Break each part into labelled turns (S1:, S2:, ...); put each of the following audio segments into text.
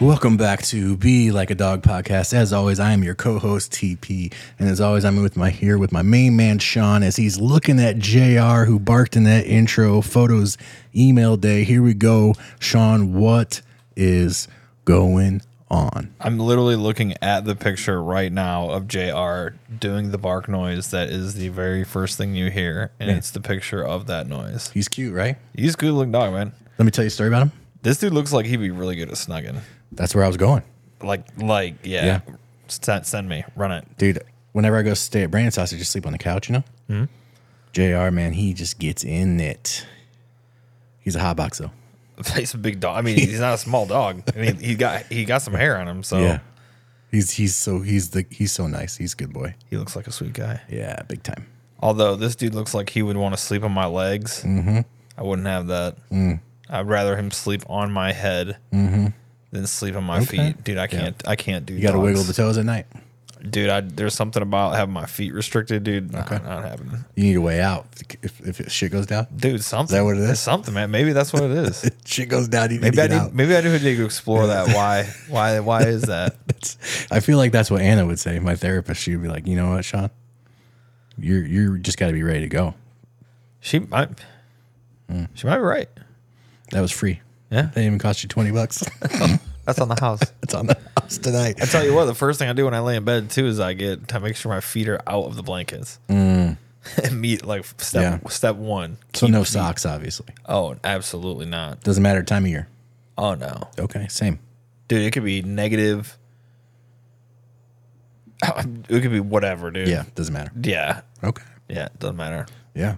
S1: Welcome back to Be Like a Dog podcast. As always, I am your co-host TP, and as always, I'm with my here with my main man Sean as he's looking at Jr. who barked in that intro photos email day. Here we go, Sean. What is going on?
S2: I'm literally looking at the picture right now of JR doing the bark noise that is the very first thing you hear, and it's the picture of that noise.
S1: He's cute, right?
S2: He's a good looking dog, man.
S1: Let me tell you a story about him.
S2: This dude looks like he'd be really good at snugging.
S1: That's where I was going,
S2: Like, like, yeah.
S1: Yeah.
S2: Send, send me, run it.
S1: dude. Whenever I go stay at Brandon's house, I just sleep on the couch, you know. Jr. Man, he just gets in it. He's a hot box though.
S2: He's a big dog. I mean, he's not a small dog. And he, he got he got some hair on him, so
S1: Yeah. He's he's so he's the he's so nice. He's a good boy.
S2: he looks like a sweet guy.
S1: Yeah, big time.
S2: Although this dude looks like he would want to sleep on my legs. Mm-hmm. I wouldn't have that.
S1: Mm.
S2: I'd rather him sleep on my head than sleep on my feet, dude. I can't. I can't do.
S1: Mm-hmm. You got to wiggle the toes at night.
S2: dude. I, there's something about having my feet restricted, dude. Nah, not happening,
S1: You need a way out if if, if shit goes down.
S2: dude. Something.
S1: that what it is?
S2: It's Something, man. Maybe that's what it is.
S1: Shit goes down. You need
S2: maybe
S1: to
S2: I
S1: get
S2: need,
S1: out.
S2: maybe I do need to explore that. Why? Why? Why is that?
S1: That's- I feel like that's what Anna would say. My therapist, she would be like, you know what, Sean, you're you're just got to be ready to go.
S2: She might.
S1: Mm.
S2: She might be right.
S1: That was free.
S2: Yeah,
S1: That didn't even cost you twenty bucks.
S2: that's on the house.
S1: it's on the house tonight.
S2: I tell you what, the first thing I do when I lay in bed too is I get I make sure my feet are out of the blankets. Immediate, like step
S1: Mm. Yeah.
S2: step one.
S1: So no socks, obviously.
S2: Oh, absolutely not.
S1: Doesn't matter time of year.
S2: Oh no,
S1: Okay, same.
S2: dude, it could be negative. Oh, It could be whatever, dude.
S1: Yeah, doesn't matter.
S2: yeah,
S1: Okay.
S2: yeah. It doesn't matter.
S1: Yeah.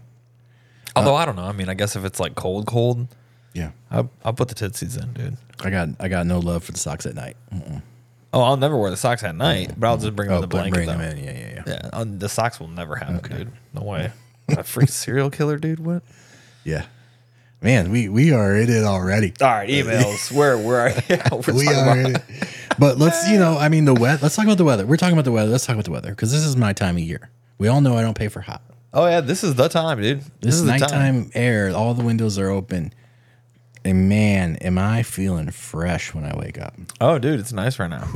S1: Uh,
S2: Although I don't know. I mean, I guess if it's like cold, cold,
S1: Yeah.
S2: I'll, I'll put the tootsies in, dude.
S1: I got I got no love for the socks at night.
S2: Oh, I'll never wear the socks at night, but I'll just bring them in the
S1: but
S2: blanket.
S1: Oh, bring
S2: though.
S1: them in. Yeah, yeah, yeah.
S2: Yeah, I'll- the socks will never happen, dude. No way. A freak serial killer, dude. What?
S1: Yeah. Oh, Man, we we are in it already.
S2: All right, emails. where where are yeah, we're
S1: We
S2: talking
S1: are
S2: about-
S1: in it. But let's, you know, I mean the weather. Let's talk about the weather. We're talking about the weather. Let's talk about the weather because this is my time of year. We all know I don't pay for hot.
S2: Oh yeah, this is the time, dude. This,
S1: This, is
S2: the time.
S1: nighttime air. All the windows are open. And man, am I feeling fresh when I wake up.
S2: Oh, dude, it's nice right now.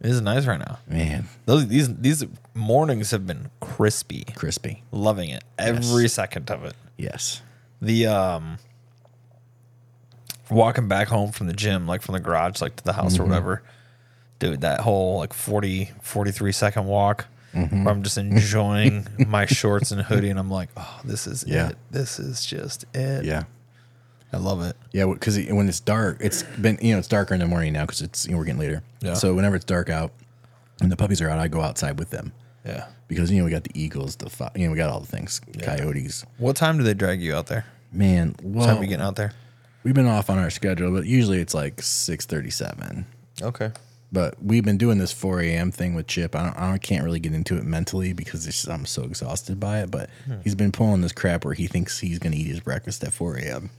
S2: It is nice right now.
S1: Man,
S2: Those these these mornings have been crispy.
S1: crispy.
S2: Loving it every second of it.
S1: Yes.
S2: The um walking back home from the gym, like from the garage, like to the house or
S1: Mm-hmm.
S2: whatever. Dude, that whole like 40, 43 second walk
S1: Mm-hmm.
S2: where I'm just enjoying my shorts and hoodie and I'm like, oh, this is
S1: Yeah.
S2: it. This is just it.
S1: Yeah.
S2: I love it.
S1: Yeah, because when it's dark, it's been you know it's darker in the morning now because it's you know, we're getting later.
S2: Yeah.
S1: So whenever it's dark out and the puppies are out, I go outside with them
S2: Yeah.
S1: because you know we got the eagles, the fo- you know we got all the things, coyotes.
S2: What time do they drag you out there?
S1: Man,
S2: Time
S1: well,
S2: you getting out there?
S1: we've been off on our schedule, but usually it's like six thirty-seven.
S2: Okay.
S1: But we've been doing this four a.m. thing with Chip. I don't, I don't- can't really get into it mentally because it's just, I'm so exhausted by it. But he's been pulling this crap where he thinks he's gonna eat his breakfast at four a.m.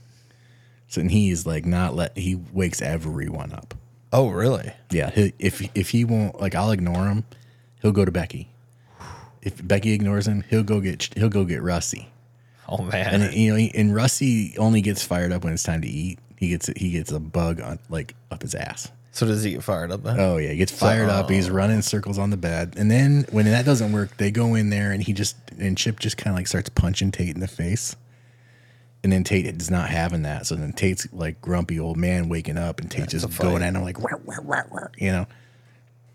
S1: So and he's like not let he wakes everyone up.
S2: Oh, really?
S1: Yeah, he, if if he won't like, I'll ignore him. He'll go to Becky. If Becky ignores him, he'll go get he'll go get Rusty.
S2: Oh man.
S1: And you know, he, and Rusty only gets fired up when it's time to eat. He gets he gets a bug on like up his ass.
S2: so does he get fired up then?
S1: Oh yeah, he gets fired up. He's running circles on the bed, and then when that doesn't work, they go in there and he just and Chip just kind of like starts punching Tate in the face. And then Tate is not having that, so then Tate's like grumpy old man waking up, and Tate's just going at him like, "Wah, wah, wah, wah," you know.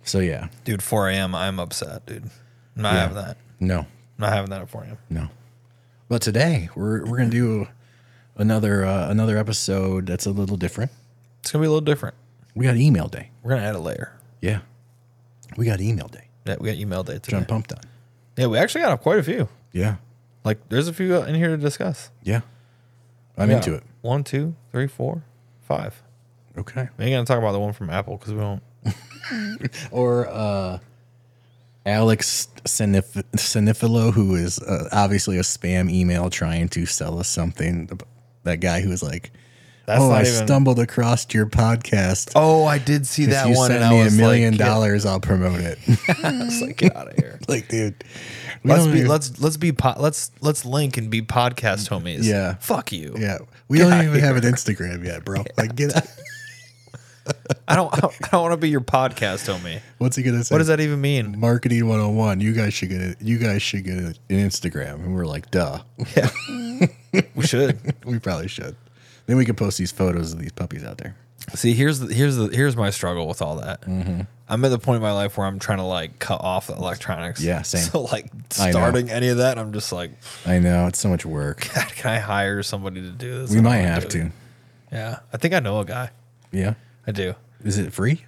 S1: So yeah,
S2: Dude, 4 a.m. I'm upset, dude. I'm not having that.
S1: no,
S2: I'm not having that at 4 a.m.
S1: No. But today we're we're gonna do another uh, another episode that's a little different.
S2: It's gonna be a little different.
S1: We got email day.
S2: We're gonna add a layer.
S1: Yeah. We got email day.
S2: Yeah, we got email day
S1: Which I'm
S2: today.
S1: pumped on.
S2: Yeah, we actually got quite a few.
S1: Yeah.
S2: Like, there's a few in here to discuss.
S1: Yeah. I'm
S2: Yeah.
S1: into it.
S2: One, two, three, four, five.
S1: Okay.
S2: We ain't gonna talk about the one from Apple because we don't.
S1: Or uh Alex Sinif- Sinifilo, who is uh, obviously a spam email trying to sell us something. That guy who was like,
S2: That's
S1: oh,
S2: not
S1: I
S2: even-
S1: stumbled across your podcast.
S2: Oh, I did see
S1: if
S2: that
S1: you
S2: one.
S1: send
S2: and
S1: me
S2: I
S1: a
S2: was
S1: million
S2: like,
S1: dollars, I'll promote it.
S2: I was like, get out of here.
S1: like, dude, we
S2: Let's
S1: don't
S2: be
S1: even-
S2: let's let's be po- let's let's link and be podcast homies.
S1: Yeah.
S2: Fuck you.
S1: yeah, we don't even have an Instagram yet, bro. Like, get out.
S2: I don't I don't, want to be your podcast homie.
S1: What's he gonna say?
S2: What does that even mean?
S1: Marketing 101. You guys should get it. You guys should get a- an Instagram, and we're like, duh,
S2: We should
S1: we probably should. Then we can post these photos of these puppies out there.
S2: see. Here's the, here's the, here's my struggle with all that.
S1: Mm-hmm.
S2: I'm at the point in my life where I'm trying to like cut off the electronics.
S1: Yeah, same.
S2: So like
S1: I know.
S2: starting any of that, I'm just like,
S1: I know it's so much work.
S2: God, can I hire somebody to do this?
S1: We
S2: I don't
S1: might
S2: wanna
S1: have
S2: do it.
S1: to.
S2: Yeah, I think I know a guy.
S1: Yeah.
S2: I do.
S1: Is it free?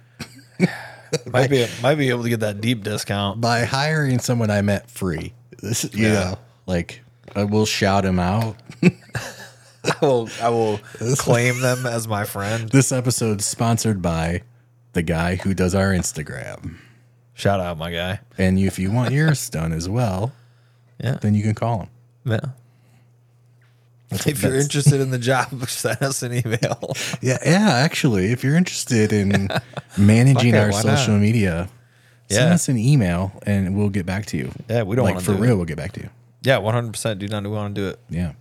S2: Might be might be able to get that deep discount.
S1: By hiring someone I met free. This is, you
S2: Yeah.
S1: know, like I will shout him out.
S2: I will I will claim them as my friend.
S1: This episode's sponsored by the guy who does our Instagram.
S2: Shout out, my guy.
S1: And if you want yours done as well,
S2: Yeah.
S1: then you can call him.
S2: Yeah. if you're
S1: that's-
S2: interested in the job, send us an email.
S1: Yeah, yeah. Actually, if you're interested in managing
S2: Fuck it,
S1: our
S2: why
S1: social media, send
S2: Yeah.
S1: us an email and we'll get back to you.
S2: Yeah, we don't
S1: like
S2: wanna
S1: for
S2: do
S1: real. We'll get back to you.
S2: yeah, 100%. Do not want to do it.
S1: Yeah,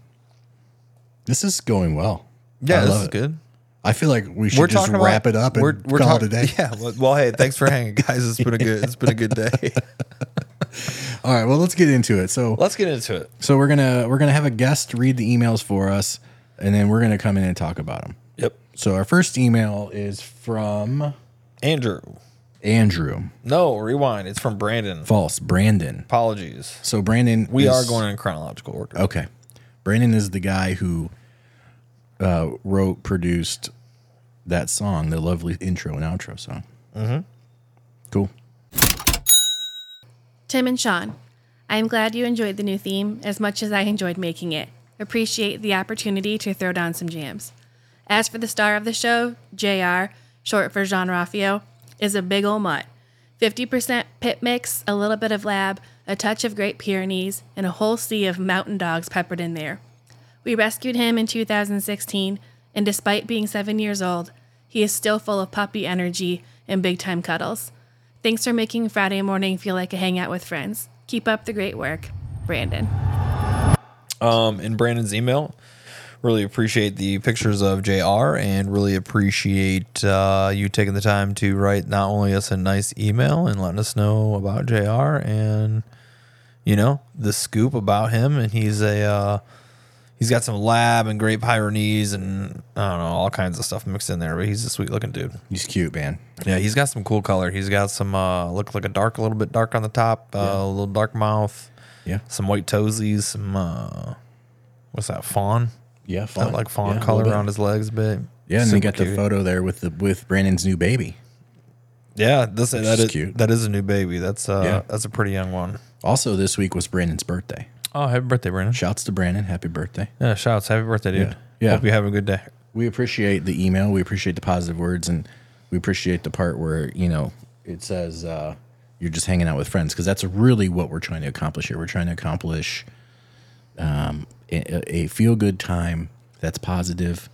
S1: this is going well.
S2: Yeah,
S1: I
S2: this
S1: love
S2: is
S1: it.
S2: good.
S1: I feel like we should just wrap it up and call
S2: talk-
S1: it a day.
S2: Yeah. Well, well, hey, thanks for hanging, guys. It's been a good. It's been a good day.
S1: All right. Well, let's get into it. So,
S2: Let's get into it.
S1: so we're gonna we're gonna have a guest read the emails for us, and then we're gonna come in and talk about them.
S2: Yep.
S1: So our first email is from
S2: Andrew.
S1: Andrew.
S2: No, rewind. It's from Brandon.
S1: False Brandon.
S2: Apologies.
S1: So Brandon,
S2: We
S1: is-
S2: are going in chronological order.
S1: Okay. Brandon is the guy who uh, wrote, produced that song, the lovely intro and outro song. Mm-hmm. Cool.
S3: Tim and Sean, I am glad you enjoyed the new theme as much as I enjoyed making it. Appreciate the opportunity to throw down some jams. As for the star of the show, JR, short for Jean Raffio, is a big ol' mutt. 50% pit mix, a little bit of lab, a touch of Great Pyrenees, and a whole sea of mountain dogs peppered in there. We rescued him in 2016, and despite being seven years old, he is still full of puppy energy and big time cuddles. Thanks for making Friday morning feel like a hangout with friends. Keep up the great work, Brandon.
S2: um, in Brandon's email. Really appreciate the pictures of JR and really appreciate uh, you taking the time to write not only us a nice email and letting us know about JR and you know the scoop about him and he's a uh, he's got some lab and great Pyrenees and I don't know all kinds of stuff mixed in there but he's a sweet looking dude
S1: He's cute, man.
S2: yeah he's got some cool color he's got some uh, look like a dark a little bit dark on the top uh, a little dark mouth
S1: Yeah.
S2: some white toesies, some uh, what's that fawn?
S1: Yeah. Fawn.
S2: That like fawn
S1: Yeah, a
S2: color
S1: little
S2: around
S1: bit.
S2: his legs a bit.
S1: Yeah. And they
S2: Super
S1: got the
S2: cute.
S1: photo there with the with Brandon's new baby.
S2: Yeah, this that
S1: is
S2: is
S1: cute.
S2: That is a new baby. That's uh,
S1: Yeah.
S2: that's a pretty young one.
S1: Also, this week was Brandon's birthday.
S2: Oh, happy birthday, Brandon!
S1: Shouts to Brandon. Happy birthday.
S2: Yeah, shouts, happy birthday, dude.
S1: Yeah. Yeah.
S2: hope you have a good day.
S1: We appreciate the email. We appreciate the positive words, and we appreciate the part where you know it says uh, you're just hanging out with friends because that's really what we're trying to accomplish here. We're trying to accomplish um, a, a feel good time that's positive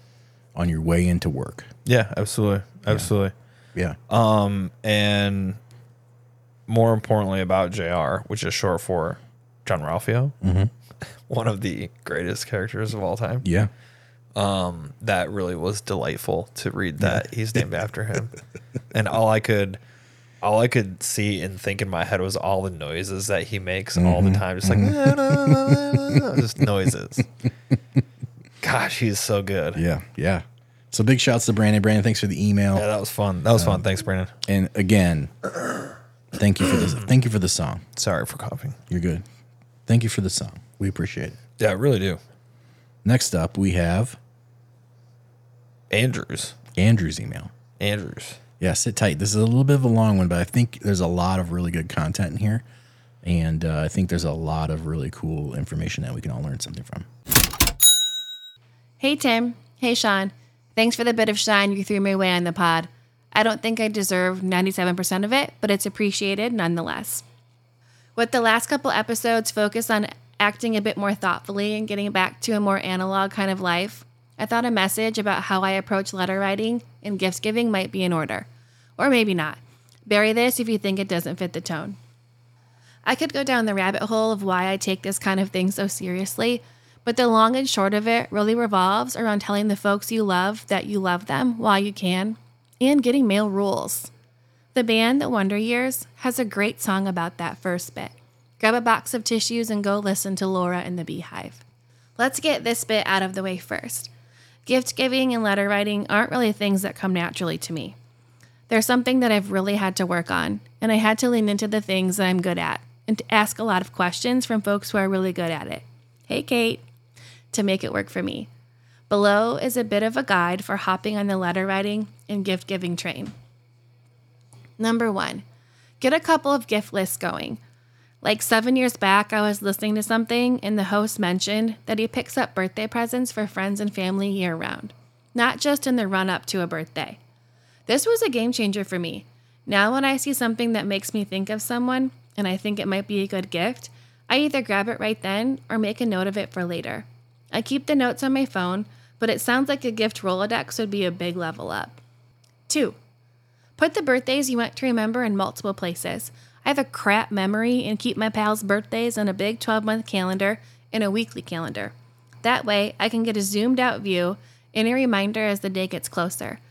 S1: on your way into work.
S2: Yeah, absolutely, absolutely.
S1: Yeah,
S2: and more importantly about JR, which is short for John Ralphio,
S1: Mm-hmm.
S2: one of the greatest characters of all time.
S1: yeah.
S2: that really was delightful to read that he's named after him and all i could all i could see and think in my head was all the noises that he makes all the time just like just noises gosh he's so good yeah
S1: Yeah, yeah. So big shouts to Brandon. Brandon, thanks for the email.
S2: that was fun that was fun thanks brandon
S1: And again, thank you for this. Thank you for the song.
S2: sorry for coughing
S1: You're good. Thank you for the song. We appreciate it.
S2: yeah i really do
S1: Next up, we have
S2: andrews
S1: Andrew's email.
S2: andrews
S1: Yeah, sit tight. This is a little bit of a long one, but I think there's a lot of really good content in here. And uh, I think there's a lot of really cool information that we can all learn something from.
S3: Hey, Tim. Hey, Sean. Thanks for the bit of shine you threw my way on the pod. I don't think I deserve 97% of it, but it's appreciated nonetheless. With the last couple episodes focused on acting a bit more thoughtfully and getting back to a more analog kind of life, I thought a message about how I approach letter writing and gifts giving might be in order. Or maybe not. Bury this if you think it doesn't fit the tone. I could go down the rabbit hole of why I take this kind of thing so seriously, but the long and short of it really revolves around telling the folks you love that you love them while you can and getting male rules. The band The Wonder Years has a great song about that first bit. Grab a box of tissues and go listen to Laura and the Beehive. Let's get this bit out of the way first. Gift giving and letter writing aren't really things that come naturally to me. They're something that I've really had to work on, and I had to lean into the things that I'm good at and to ask a lot of questions from folks who are really good at it. Hey, Kate, to make it work for me. Below is a bit of a guide for hopping on the letter writing and gift giving train. Number one, get a couple of gift lists going. Like seven years back, I was listening to something, and the host mentioned that he picks up birthday presents for friends and family year round, not just in the run up to a birthday. This was a game changer for me. Now, when I see something that makes me think of someone and I think it might be a good gift, I either grab it right then or make a note of it for later. I keep the notes on my phone, but it sounds like a gift Rolodex would be a big level up. Two, Put the birthdays you want to remember in multiple places. I have a crap memory and keep my pals' birthdays on a big 12 month calendar and a weekly calendar. That way, I can get a zoomed out view and a reminder as the day gets closer.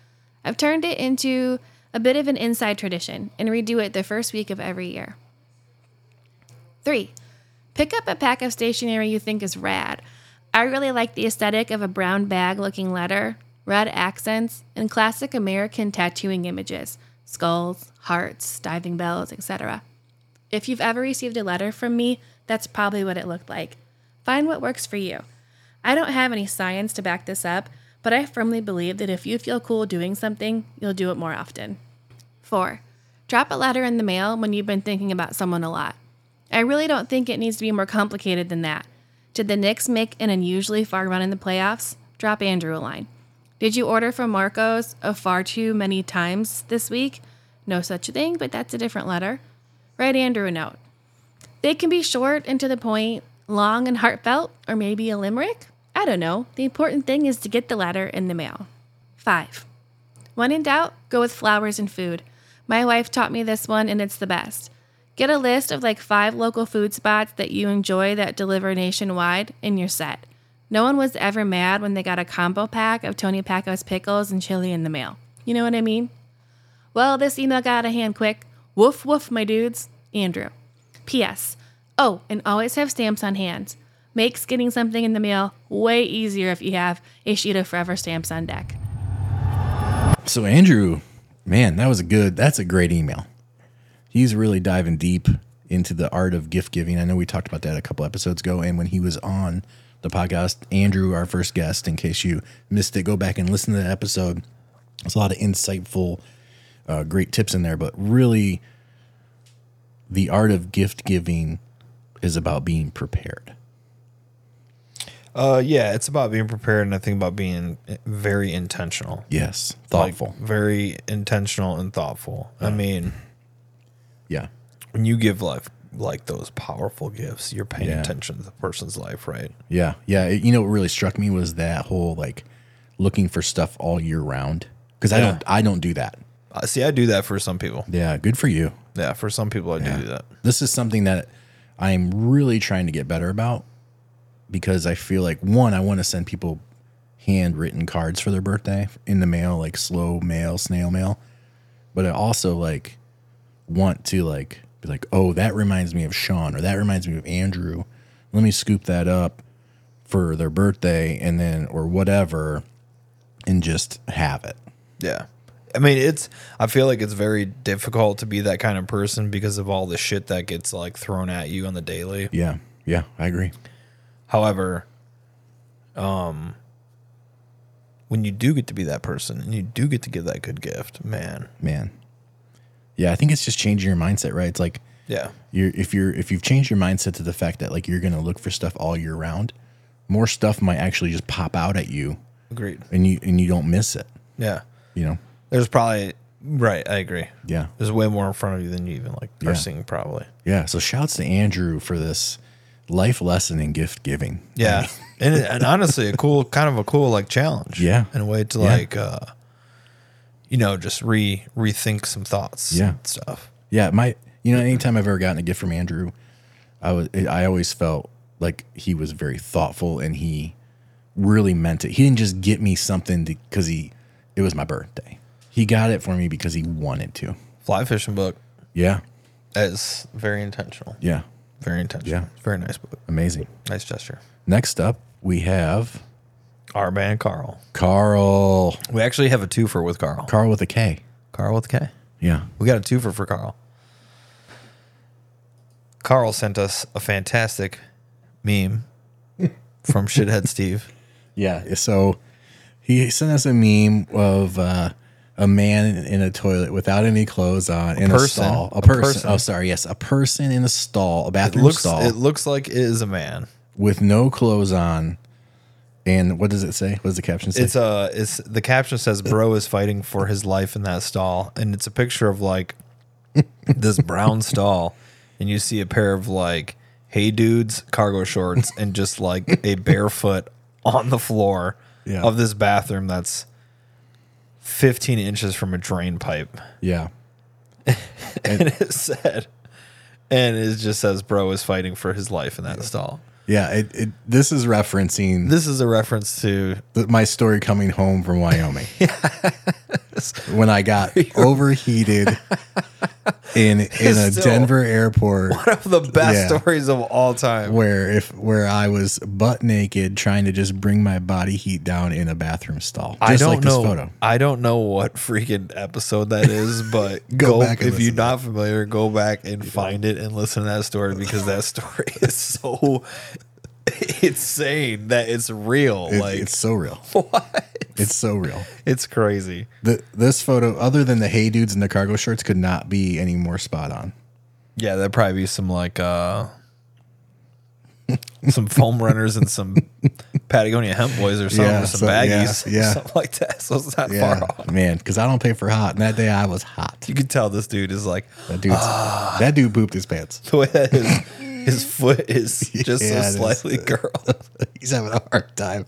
S3: I've turned it into a bit of an inside tradition and redo it the first week of every year. Three, pick up a pack of stationery you think is rad. I really like the aesthetic of a brown bag looking letter, red accents, and classic American tattooing images skulls, hearts, diving bells, etc. If you've ever received a letter from me, that's probably what it looked like. Find what works for you. I don't have any science to back this up, but I firmly believe that if you feel cool doing something, you'll do it more often. 4. Drop a letter in the mail when you've been thinking about someone a lot. I really don't think it needs to be more complicated than that. Did the Knicks make an unusually far run in the playoffs? Drop Andrew a line. Did you order from Marco's a far too many times this week? No such a thing, but that's a different letter. Write Andrew a note. They can be short and to the point, long and heartfelt, or maybe a limerick. I don't know. The important thing is to get the letter in the mail. 5. When in doubt, go with flowers and food. My wife taught me this one and it's the best. Get a list of like five local food spots that you enjoy that deliver nationwide and you're set. No one was ever mad when they got a combo pack of Tony Paco's pickles and chili in the mail. You know what I mean? Well, this email got a hand quick. Woof woof, my dudes. Andrew. P.S. Oh, and always have stamps on hand. Makes getting something in the mail way easier if you have a sheet of forever stamps on deck.
S1: So Andrew, man, that was a good. That's a great email. He's really diving deep into the art of gift giving. I know we talked about that a couple episodes ago, and when he was on the podcast, Andrew, our first guest, in case you missed it, go back and listen to that episode. There's a lot of insightful, uh, great tips in there, but really, the art of gift giving is about being prepared.
S2: Uh, yeah, it's about being prepared, and I think about being very intentional,
S1: Yes,
S2: Like,
S1: thoughtful.
S2: very intentional and thoughtful. I mean,
S1: yeah,
S2: when you give life like those powerful gifts, you're paying
S1: Yeah.
S2: attention to the person's life, right?
S1: yeah, yeah. It- you know what really struck me was that whole like looking for stuff all year round because I
S2: Yeah.
S1: don't I don't do that.
S2: Uh, see, I do that for some people.
S1: Yeah, good for you.
S2: Yeah, for some people, I do do that.
S1: This is something that I'm really trying to get better about because I feel like one, I want to send people handwritten cards for their birthday in the mail, like slow mail, snail mail. But I also like want to like be like, oh, that reminds me of Sean or that reminds me of Andrew. Let me scoop that up for their birthday and then or whatever and just have it.
S2: Yeah. I mean, it's, I feel like it's very difficult to be that kind of person because of all the shit that gets like thrown at you on the daily.
S1: Yeah. Yeah, I agree.
S2: However, um, when you do get to be that person and you do get to give that good gift, man.
S1: Man. Yeah, I think it's just changing your mindset, right? It's like
S2: Yeah.
S1: you're if you're if you've changed your mindset to the fact that like you're gonna look for stuff all year round, more stuff might actually just pop out at you
S2: Agreed.
S1: and you and you don't miss it.
S2: Yeah.
S1: You know?
S2: There's probably, right. I agree.
S1: Yeah.
S2: There's way more in front of you than you even like are seeing, probably.
S1: Yeah. So shouts to Andrew for this life lesson in gift giving.
S2: Yeah, and and honestly, a cool kind of a cool like challenge.
S1: Yeah.
S2: in a way to
S1: Yeah.
S2: like, uh, you know, just re rethink some thoughts.
S1: Yeah.
S2: and stuff.
S1: Yeah, my you know, anytime I've ever gotten a gift from Andrew, I was I always felt like he was very thoughtful and he really meant it. He didn't just get me something because he it was my birthday. He got it for me because he wanted to.
S2: Fly fishing book
S1: Yeah,
S2: that is very intentional.
S1: yeah,
S2: Very intentional.
S1: Yeah.
S2: very nice book.
S1: amazing.
S2: Nice gesture.
S1: Next up, we have
S2: Our man Carl.
S1: Carl.
S2: We actually have a twofer with Carl.
S1: Carl with a K.
S2: Carl with K.
S1: Yeah.
S2: We got a twofer for Carl. Carl sent us a fantastic meme from Shithead Steve.
S1: Yeah. So he sent us a meme of uh, a man in a toilet without any clothes on in
S2: person.
S1: a stall. A,
S2: A
S1: person.
S2: person.
S1: Oh, sorry. Yes. A person in a stall, a
S2: It
S1: bathroom
S2: looks
S1: stall
S2: it looks like it is a man.
S1: with no clothes on. And what does it say? What does the caption say?
S2: It's a it's the caption says bro is fighting for his life in that stall and it's a picture of like this brown stall and you see a pair of like hey dudes cargo shorts and just like a barefoot on the floor
S1: Yeah.
S2: of this bathroom that's 15 inches from a drain pipe.
S1: yeah.
S2: and it said, and it just says, "Bro is fighting for his life in that stall."
S1: Yeah. It, it, this is referencing
S2: This is a reference to
S1: th- my story coming home from Wyoming. when I got overheated in in a
S2: Still-
S1: Denver airport.
S2: one of the best
S1: Yeah.
S2: stories of all time.
S1: where if where I was butt naked trying to just bring my body heat down in a bathroom stall. Just
S2: I don't
S1: like
S2: know.
S1: this photo.
S2: I don't know what freaking episode that is, but go,
S1: back and
S2: if you're
S1: listen to
S2: not familiar, go back and find it and listen to that story because that story is so insane that it's real.
S1: It-
S2: like
S1: it's
S2: it's,
S1: so real. It's so real.
S2: crazy.
S1: The, this photo, other than the hey dudes and the cargo shorts, could not be any more spot on.
S2: Yeah, that'd probably be some like uh some foam runners and some Patagonia hemp boys or something,
S1: Yeah,
S2: or some
S1: so- yeah,
S2: baggies,
S1: yeah.
S2: something like that. So it's not
S1: Yeah,
S2: far off.
S1: man, because I don't pay for hot. And that day I was hot.
S2: You can tell this dude is like
S1: That dude,
S2: Ah.
S1: that dude pooped his pants.
S2: the way that his his foot is just
S1: Yeah, it
S2: so
S1: is.
S2: slightly curled.
S1: He's having a hard time.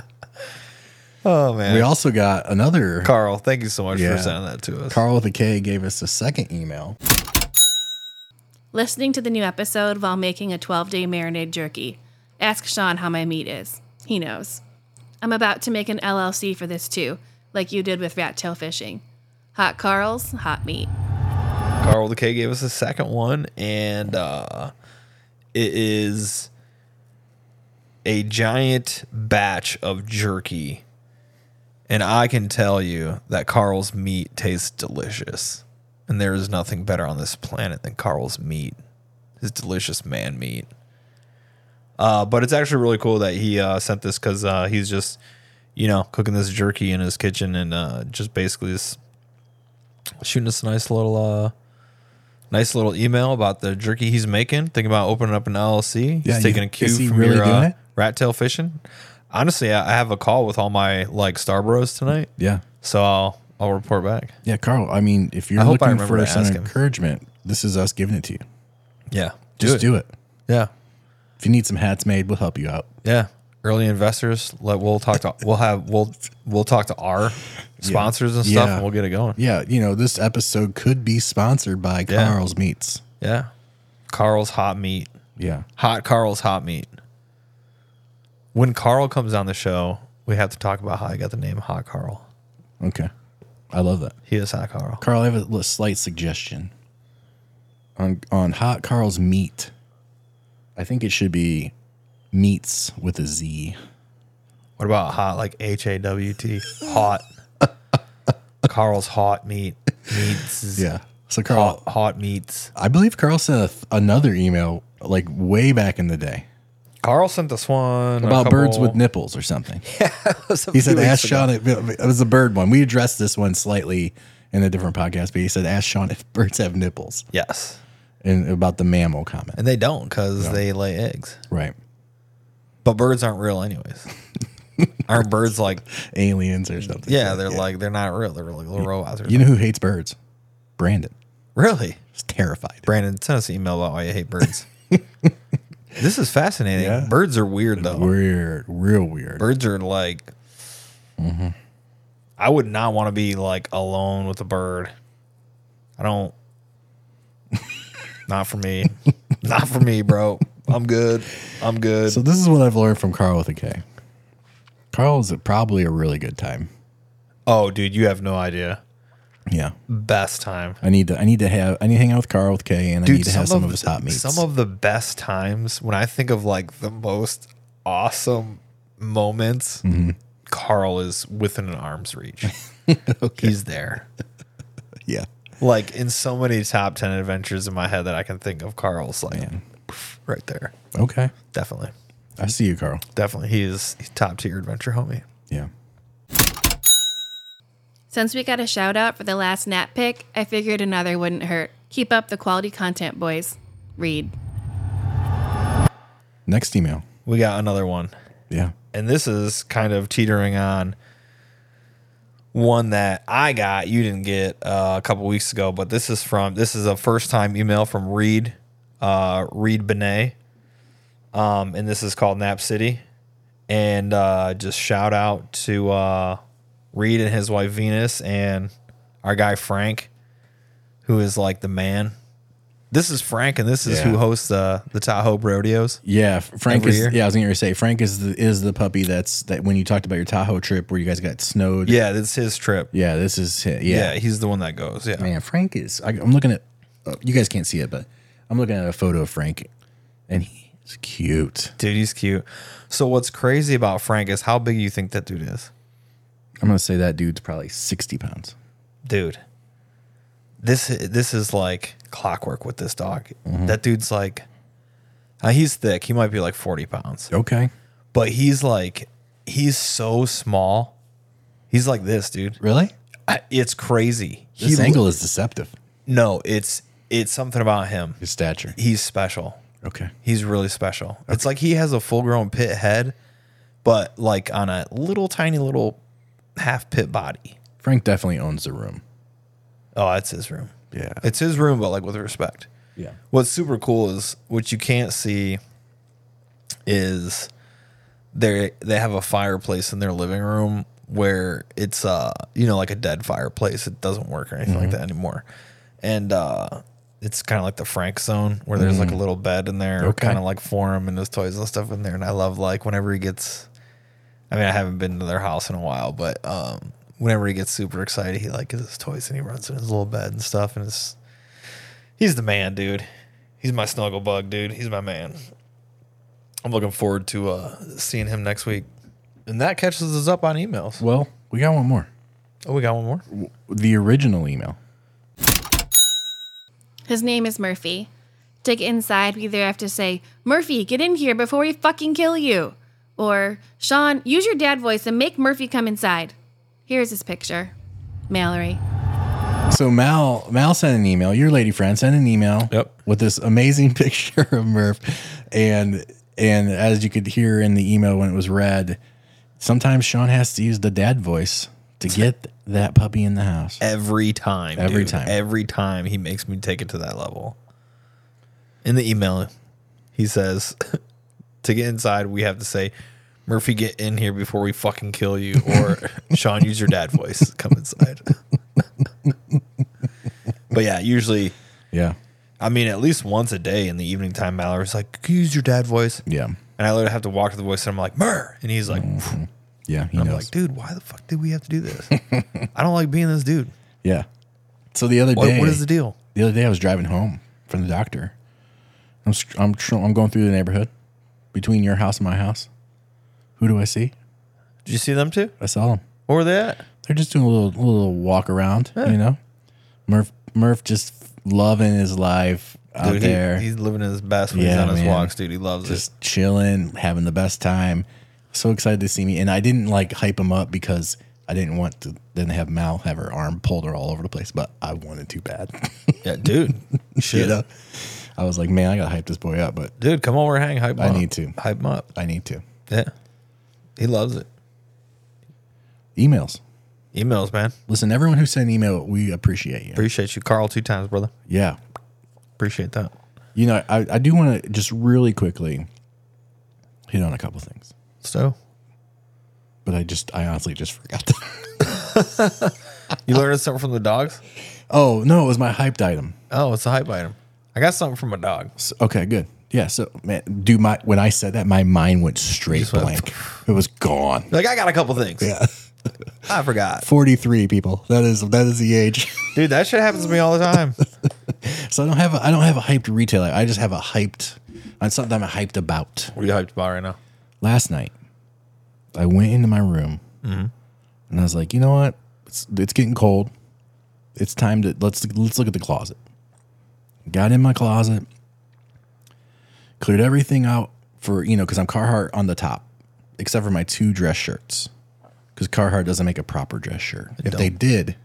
S2: Oh man,
S1: We also got another
S2: Carl, thank you so much
S1: Yeah.
S2: for sending that to us.
S1: Carl with a K gave us a second email.
S3: Listening to the new episode while making a 12 day marinade jerky. Ask Sean how my meat is. He knows. I'm about to make an LLC for this too, like you did with rat tail fishing. Hot Carl's, hot meat.
S2: Carl with a K gave us a second one, and uh, it is a giant batch of jerky. And I can tell you that Carl's meat tastes delicious. And there is nothing better on this planet than Carl's meat, his delicious man meat. Uh, but it's actually really cool that he uh, sent this because uh, he's just, you know, cooking this jerky in his kitchen and uh, just basically just shooting us a nice little uh nice little email about the jerky he's making thinking about opening up an llc
S1: Yeah,
S2: he's
S1: you-
S2: taking a cue
S1: is he
S2: from
S1: really
S2: your
S1: doing
S2: uh,
S1: it?
S2: rat tail fishing honestly I, I have a call with all my like star bros tonight
S1: Yeah,
S2: so i'll i'll report back
S1: yeah, Carl. I mean, if you're
S2: I hope I
S1: looking for
S2: remember to
S1: some
S2: ask him.
S1: encouragement, this is us giving it to you.
S2: yeah
S1: Just do it.
S2: yeah
S1: If you need some hats made, we'll help you out.
S2: yeah early investors let we'll talk to we'll have we'll we'll talk to our sponsors and stuff
S1: Yeah.
S2: and we'll get it going
S1: Yeah, you know, this episode could be sponsored by
S2: Yeah.
S1: Carl's Meats.
S2: yeah carl's hot meat
S1: Yeah.
S2: Hot Carl's hot meat. When Carl comes on the show, we have to talk about how I got the name Hot Carl.
S1: Okay. I love that.
S2: He is Hot Carl.
S1: Carl, I have a little slight suggestion. On on Hot Carl's Meat. I think it should be meats with a Z.
S2: What about hot like H A W T? Hot. Carl's hot meat. Meats. is-
S1: So Carl,
S2: Hot, hot meats.
S1: I believe Carl sent a th- another email like way back in the day
S2: Carl sent this one a
S1: about birds
S2: couple-
S1: with nipples or something.
S2: It was a
S1: He
S2: few
S1: said,
S2: weeks
S1: "Ask
S2: ago.
S1: Sean." If, it was a bird one. We addressed this one slightly in a different podcast, but he said, "Ask Sean if birds have nipples,"
S2: Yes.
S1: and about the mammal comment.
S2: And they don't because they lay eggs.
S1: Right?
S2: But birds aren't real, anyways. aren't birds like,
S1: Aliens or something.
S2: yeah, they're like, they're not real. They're like little robots or
S1: You know who hates birds? Brandon.
S2: something. Really?
S1: He's terrified.
S2: Brandon, send us an email about why you hate birds. This is fascinating.
S1: Yeah.
S2: Birds are weird though.
S1: Weird, real weird.
S2: Birds are like. I would not want to be like alone with a bird. I don't. not for me. not for me, bro. I'm good. I'm good.
S1: So this is what I've learned from Carl with a K. Carl is a- probably a really good time.
S2: oh, dude, you have no idea.
S1: Yeah,
S2: Best time.
S1: I need to. I need to have. I need to hang out with Carl with K, and I need to have some of, his
S2: the-
S1: hot meats.
S2: Some of the best times when I think of like the most awesome moments,
S1: Mm-hmm.
S2: Carl is within an arm's reach. He's there.
S1: yeah,
S2: Like in so many top 10 adventures in my head that I can think of, Carl's like pff, right there.
S1: okay.
S2: Definitely.
S1: I see you, Carl.
S2: Definitely. He is he's top tier adventure homie.
S1: Yeah.
S3: Since we got a shout out for the last nap pick, I figured another wouldn't hurt. Keep up the quality content, boys. Read.
S1: Next email.
S2: We got another one.
S1: Yeah.
S2: and this is kind of teetering on one that I got, you didn't get uh, a couple weeks ago, but this is from this is a first time email from Reed, uh, Reed Benet, um, and this is called Nap City, and uh, just shout out to uh, Reed and his wife Venus and our guy Frank, who is like the man. This is Frank, and this is
S1: Yeah.
S2: who hosts the the Tahoe rodeos.
S1: Yeah, F- Frank
S2: Every
S1: is.
S2: year?
S1: Yeah, I was gonna say Frank is the is the puppy that's that when you talked about your Tahoe trip where you guys got snowed.
S2: Yeah, that's his trip.
S1: yeah. This is hi-
S2: Yeah,
S1: yeah.
S2: he's the one that goes. Yeah.
S1: Man, Frank is. I, I'm looking at. Uh, you guys can't see it, but I'm looking at a photo of Frank, and he's cute.
S2: Dude, he's cute. So what's crazy about Frank is how big you think that dude is.
S1: I'm gonna say that dude's probably 60 pounds.
S2: Dude. This this is like clockwork with this dog.
S1: Mm-hmm.
S2: That dude's like uh, he's thick. He might be like 40 pounds.
S1: Okay.
S2: But he's like he's so small. He's like this, dude.
S1: Really?
S2: I- It's crazy.
S1: This
S2: he,
S1: angle is deceptive.
S2: No, it's it's something about him.
S1: His stature.
S2: He's special.
S1: Okay.
S2: He's really special. It's like he has a full grown pit head, but like on a little tiny little half pit body.
S1: Frank definitely owns the room.
S2: Oh, that's his room.
S1: Yeah.
S2: It's his room, but like with respect.
S1: Yeah.
S2: What's super cool is what you can't see is they they have a fireplace in their living room where it's uh you know like a dead fireplace. It doesn't work or anything like that anymore. And uh it's kind of like the Frank zone where there's like a little bed in there,
S1: Okay.
S2: kind of like for him and his toys and stuff in there. And I love like whenever he gets I mean, I haven't been to their house in a while, but um, whenever he gets super excited, he like gets his toys and he runs in his little bed and stuff. And it's he's the man, dude. He's my snuggle bug, dude. He's my man. I'm looking forward to uh, seeing him next week. And that catches us up on emails.
S1: Well, we got one more.
S2: Oh, we got one more.
S1: The original email.
S3: His name is Murphy. To get inside, we either have to say, Murphy, get in here before we fucking kill you. Or, Sean, use your dad voice and make Murphy come inside. Here's his picture. Mallory.
S1: So Mal Mal sent an email. Your lady friend sent an email.
S2: Yep.
S1: With this amazing picture of Murph, and and as you could hear in the email when it was read, sometimes Sean has to use the dad voice to get that puppy in the house.
S2: Every time.
S1: Every
S2: dude.
S1: time.
S2: Every time he makes me take it to that level. In the email, he says, to get inside, we have to say, Murphy, get in here before we fucking kill you. Or Sean, use your dad voice. Come inside. but yeah, usually,
S1: Yeah.
S2: I mean, at least once a day in the evening time, Mallory's like, "Can you use your dad voice.
S1: Yeah.
S2: And I literally have to walk to the voice and I'm like, Murr. And he's like,
S1: Mm-hmm.
S2: "Phew."
S1: Yeah. He
S2: I'm
S1: knows.
S2: like, dude, why the fuck did we have to do this? I don't like being this dude.
S1: yeah. So the other
S2: What,
S1: day,
S2: what is the deal?
S1: The other day, I was driving home from the doctor. I'm str- I'm tr- I'm going through the neighborhood between your house and my house. Who do I see?
S2: Did you see them too?
S1: I saw them.
S2: Where were they at?
S1: They're just doing a little little walk around. You know, Murph Murph just loving his life out
S2: Dude, he-
S1: there,
S2: he's living his best when he's
S1: Yeah,
S2: on his
S1: man.
S2: walks, dude. He loves it.
S1: just chilling, having the best time. So excited to see me, and I didn't like hype him up because. I didn't want to then have Mal have her arm pulled her all over the place, but I wanted to bad.
S2: Yeah, dude. Shit.
S1: you know, I was like, man, I gotta hype this boy up, but
S2: Dude, come over, hang, hype him
S1: I
S2: up.
S1: need to.
S2: Hype him up.
S1: I need to.
S2: Yeah. He loves it.
S1: Emails.
S2: Emails, man.
S1: Listen, everyone who sent an email, we appreciate you.
S2: Appreciate you. Carl, two times, brother.
S1: Yeah.
S2: Appreciate that.
S1: You know, I, I do want to just really quickly hit on a couple things,
S2: So
S1: but I just, I honestly just forgot.
S2: you
S1: Uh,
S2: learned something from the dogs?
S1: oh, no, it was my hyped item.
S2: Oh, it's a hype item. I got something from a dog.
S1: So- okay, good. Yeah. So, man, do my, when I said that, my mind went straight
S2: went-
S1: blank. it was gone.
S2: Like I got a couple things.
S1: Yeah.
S2: I forgot,
S1: 43 people. That is, that is the age.
S2: dude. That shit happens to me all the time.
S1: so I don't have, a, I don't have a hyped retailer. I just have a hyped, on something I'm hyped about.
S2: what are you hyped about right now?
S1: last night i went into my room and i was like you know what it's, it's getting cold it's time to let's let's look at the closet got in my closet cleared everything out for you know because i'm carhartt on the top except for my two dress shirts because carhartt doesn't make a proper dress shirt if they did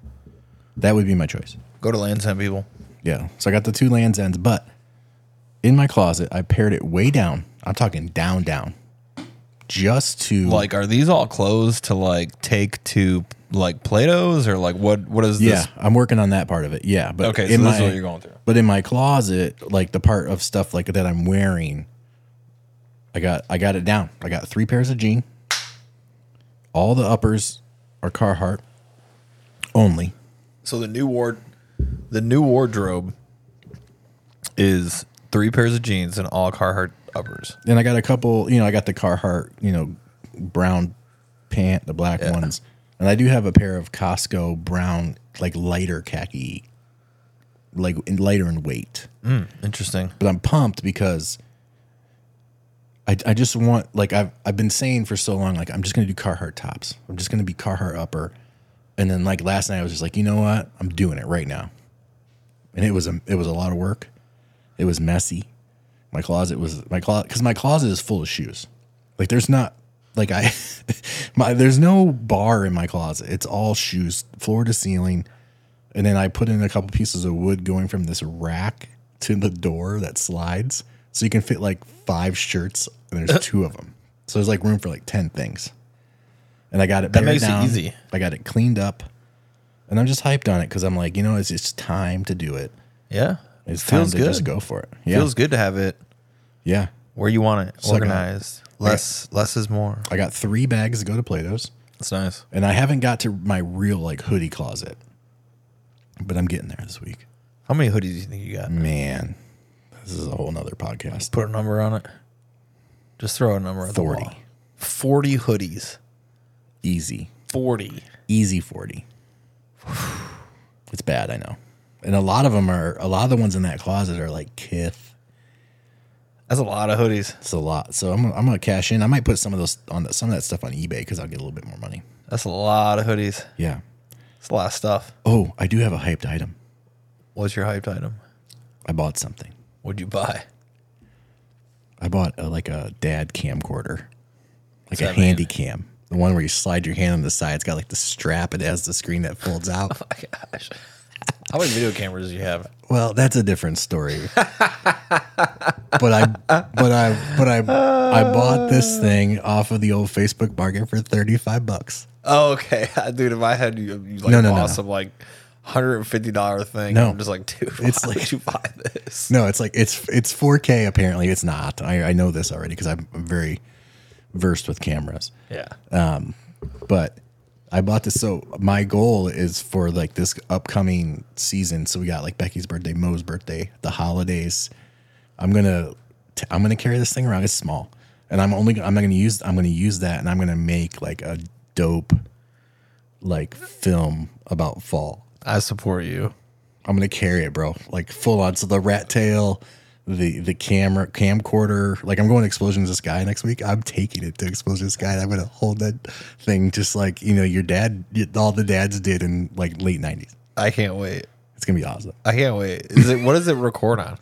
S1: that would be my choice
S2: Go to Land's End, people.
S1: yeah. So I got the two lands ends, but in my closet, I pared it way down. I'm talking down, down, just to
S2: Like, are these all clothes to like take to like Plato's or like what? What is
S1: yeah.
S2: this?
S1: I'm working on that part of it. Yeah, but
S2: Okay, so this is what you're going through.
S1: But in my closet, like the part of stuff like that I'm wearing, I got I got it down. I got three pairs of jean. All the uppers are Carhartt only.
S2: So the new ward, the new wardrobe is three pairs of jeans and all Carhartt uppers.
S1: And I got a couple, you know, I got the Carhartt, you know, brown pant, the black ones. And I do have a pair of Costco brown, like lighter khaki, like in- lighter in weight.
S2: Interesting.
S1: But I'm pumped because I, I just want, like, I've, I've been saying for so long, like, I'm just going to do Carhartt tops. I'm just going to be Carhartt upper. And then, like, last night I was just like, you know what? I'm doing it right now. And it was a, it was a lot of work. It was messy. My closet was my closet because my closet is full of shoes. Like there's not like I my there's no bar in my closet. It's all shoes, floor to ceiling. And then I put in a couple pieces of wood going from this rack to the door that slides, so you can fit like five shirts. And there's two of them, so there's like room for like ten things. And I got it. That
S2: makes it easy.
S1: I got it cleaned up, and I'm just hyped on it because I'm like, you know, it's it's time to do it.
S2: Yeah,
S1: It's time
S2: feels
S1: to
S2: good.
S1: just go for it. Yeah,
S2: Feels good to have it
S1: yeah.
S2: where you want it,
S1: I got-
S2: organized. Less, less is more.
S1: I got three bags to go to Plato's,
S2: That's nice.
S1: and I haven't got to my real like hoodie closet, but I'm getting there this week.
S2: How many hoodies do you think you got?
S1: Man, this is a whole nother podcast.
S2: Put a number on it. Just throw a number. at the wall.
S1: 40.
S2: Forty hoodies.
S1: Easy,
S2: Forty.
S1: easy forty. It's bad, I know, and a lot of them are. A lot of the ones in that closet are like Kith.
S2: That's a lot of hoodies.
S1: It's a lot, so I'm I'm gonna cash in. I might put some of those on the, some of that stuff on eBay because I'll get a little bit more money.
S2: That's a lot of hoodies.
S1: Yeah.
S2: It's a lot of stuff.
S1: Oh, I do have a hyped item.
S2: What's your hyped item?
S1: I bought something.
S2: What'd you buy?
S1: I bought a, like a dad camcorder, like
S2: that
S1: a
S2: mean?
S1: handy cam, the one where you slide your hand on the side. It's got like the strap. It has the screen that folds out.
S2: Oh My gosh. How many video cameras do you have?
S1: well, that's a different story. but I, but I, but I, I bought this thing off of the old Facebook market for thirty five bucks.
S2: Oh, okay. Dude, in my head, you, you like
S1: No, no,
S2: bought
S1: no.
S2: some like $150 thing.
S1: No.
S2: I'm just like, dude, why
S1: It's
S2: it's would
S1: like-
S2: you buy this?
S1: No, it's like it's it's 4K. Apparently, it's not. I, I know this already because I'm very versed with cameras.
S2: Yeah.
S1: but I bought this. So my goal is for like this upcoming season. So we got like Becky's birthday, Mo's birthday, the holidays. I'm gonna t- I'm gonna carry this thing around. It's small, and I'm only I'm not gonna use I'm gonna use that, and I'm gonna make like a dope like film about fall.
S2: I support you.
S1: I'm gonna carry it, bro. Like full on. So the rat tail, the the camera camcorder. Like I'm going to Explosions of the Sky next week. I'm taking it to Explosions of the Sky. And I'm gonna hold that thing just like you know your dad, all the dads did in like late '90s.
S2: I can't wait.
S1: It's gonna be awesome.
S2: I can't wait. Is it what does it record on?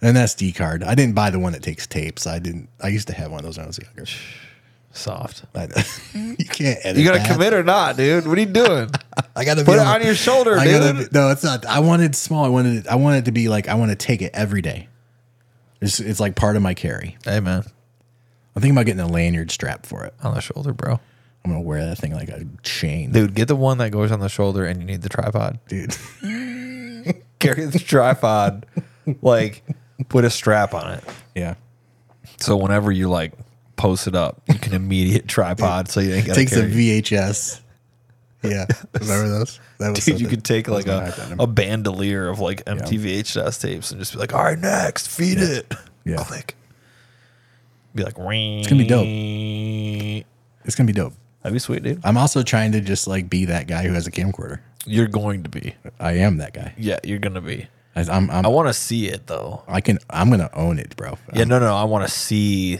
S1: An SD card. I didn't buy the one that takes tapes. I didn't. I used to have one of those when I was younger.
S2: Soft.
S1: I, you can't edit.
S2: You gotta
S1: that.
S2: commit or not, dude. What are you doing?
S1: I gotta
S2: Put
S1: be
S2: it on your shoulder,
S1: I gotta
S2: dude.
S1: be- no, it's not. I wanted small. I wanted. It, I wanted it to be like. I want to take it every day. It's, it's like part of my carry.
S2: hey man.
S1: I'm thinking about getting a lanyard strap for it.
S2: On the shoulder, bro.
S1: I'm gonna wear that thing like a chain,
S2: Dude, get the one that goes on the shoulder and you need the tripod.
S1: dude.
S2: Carry the tripod like Put a strap on it.
S1: Yeah.
S2: So whenever you like post it up, you can immediate tripod so you ain't got to
S1: Takes a
S2: carry.
S1: VHS. Yeah. Remember those? That was
S2: Dude, you
S1: something.
S2: could take like
S1: my
S2: a,
S1: iPad.
S2: a bandolier of like MTVHS tapes and just be like, all right, next, feed it.
S1: Yeah.
S2: Click. Be like, it's
S1: gonna be dope.
S2: dope.
S1: It's gonna be dope.
S2: That'd be sweet, dude.
S1: I'm also trying to just like be that guy who has a camcorder.
S2: You're going to be.
S1: I am that guy.
S2: Yeah, you're gonna be.
S1: I, I'm. I'm I,
S2: I want to see it though.
S1: can. I'm gonna own it, bro.
S2: Yeah,
S1: I'm-
S2: no, no. I want to see.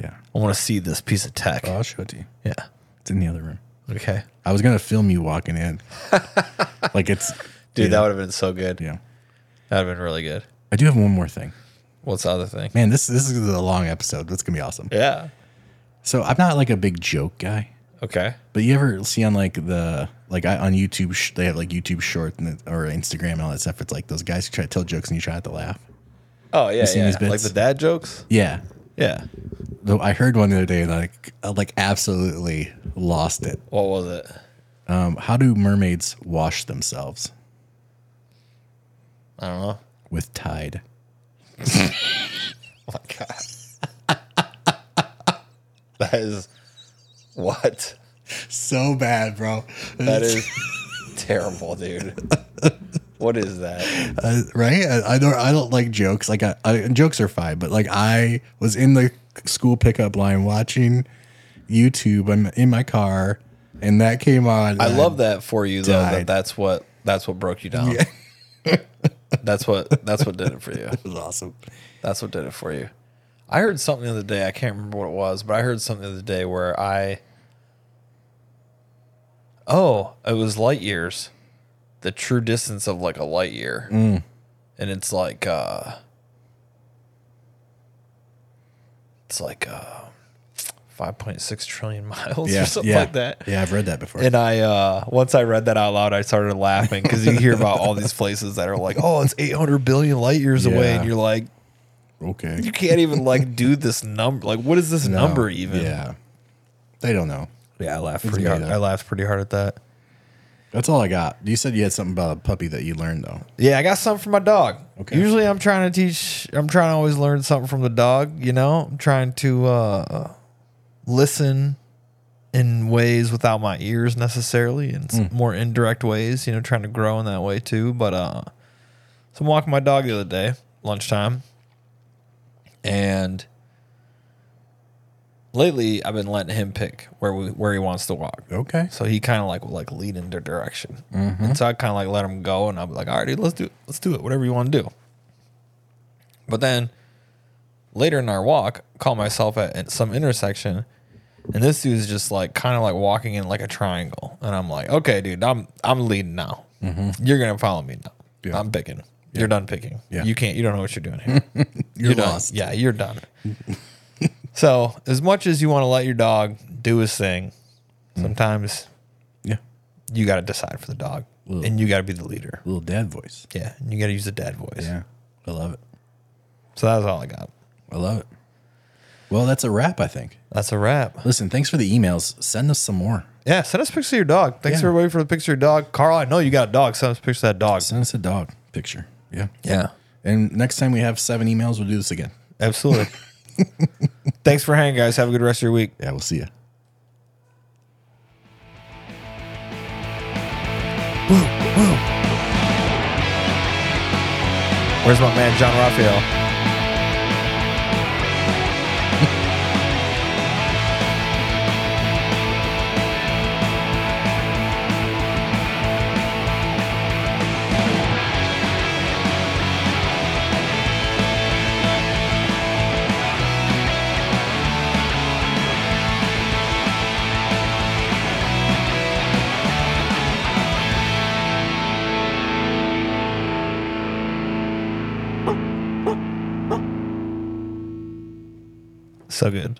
S1: yeah.
S2: I want to see this piece of tech.
S1: I'll show it to you.
S2: yeah.
S1: It's in the other room.
S2: Okay.
S1: I was gonna film you walking in. like it's.
S2: Dude,
S1: yeah,
S2: that would have been so good.
S1: Yeah.
S2: That would have been really good.
S1: I do have one more thing.
S2: What's the other thing?
S1: Man, this this is a long episode. That's gonna be awesome.
S2: Yeah.
S1: So I'm not like a big joke guy.
S2: Okay.
S1: But you ever see on like the like I on YouTube sh- they have like YouTube short and it- or Instagram and all that stuff. It's like those guys who try to tell jokes and you try not to laugh.
S2: Oh yeah,
S1: seen
S2: yeah.
S1: these
S2: Like
S1: bits?
S2: the dad jokes.
S1: Yeah,
S2: Yeah.
S1: though I heard one the other day and I I, like absolutely lost it.
S2: What was it?
S1: Um, how do mermaids wash themselves
S2: I don't know.
S1: with Tide?
S2: Oh my god. that is what?
S1: So bad, bro.
S2: That is terrible, dude. What is that?
S1: Uh, right? I, I don't. I don't like jokes. Like I, I, jokes are fine, but like I was in the school pickup line watching YouTube. I'm in my car, and that came on.
S2: I
S1: and
S2: love that for you though. That
S1: died.
S2: that's what that's what broke you down. that's what that's what did it for you.
S1: It was awesome.
S2: That's what did it for you. I heard something the other day. I can't remember what it was, but I heard something the other day where I. Oh, it was light years, the true distance of like a light year,
S1: Mm.
S2: and it's like uh, it's like uh, five point six trillion miles or something like that.
S1: Yeah, I've read that before.
S2: And I uh, once I read that out loud, I started laughing because you hear about all these places that are like, oh, it's eight hundred billion light years away,
S1: Yeah.
S2: and you're like,
S1: okay.
S2: you can't even like do this number. Like, what is this number
S1: No,
S2: even?
S1: Yeah. They don't know.
S2: yeah. I laughed
S1: It's
S2: pretty hard.
S1: made up.
S2: I laughed pretty hard at that.
S1: That's all I got. You said you had something about a puppy that you learned though.
S2: Yeah, I got something from my dog.
S1: Okay.
S2: Usually, I'm trying to teach. I'm trying to always learn something from the dog. You know, I'm trying to uh, listen in ways without my ears necessarily, and s more indirect ways. You know, trying to grow in that way too. But uh, so I'm walking my dog the other day, lunchtime, and lately I've been letting him pick where we where he wants to walk.
S1: Okay.
S2: So he kind of like would like lead in their direction,
S1: Mm-hmm.
S2: and so I kind of like let him go, and I'd be like, "All right, dude, let's do let's do it, whatever you want to do." But then later in our walk, call myself at, at some intersection, and this dude's just like kind of like walking in like a triangle, and I'm like, "Okay, dude, I'm I'm leading now. You're gonna follow me now.
S1: Mm-hmm. Yeah.
S2: I'm picking. You're done picking.
S1: Yeah.
S2: You can't. You don't know what you're doing here.
S1: You're,
S2: done.
S1: lost.
S2: Yeah, you're done. so as much as you want to let your dog do his thing,
S1: Mm.
S2: sometimes
S1: Yeah.
S2: you got to decide for the dog
S1: Ugh.
S2: and you got to be the leader.
S1: Little dad voice.
S2: Yeah. And you got to use the dad voice.
S1: I love it.
S2: So that was all I got.
S1: I love it. Well, that's a wrap, I think.
S2: That's a wrap.
S1: Listen, thanks for the emails. Send us some more.
S2: Yeah. Send us a picture of your dog. Thanks
S1: Yeah.
S2: everybody for the picture of your dog. Carl, I know you got a dog. Send us a picture of that dog.
S1: Send us a dog picture. Yeah.
S2: Yeah.
S1: And next time we have seven emails, we'll do this again.
S2: Absolutely. Thanks for hanging, guys. Have a good rest of your week.
S1: Yeah, we'll see you.
S2: Where's my man, John Raphael? So good.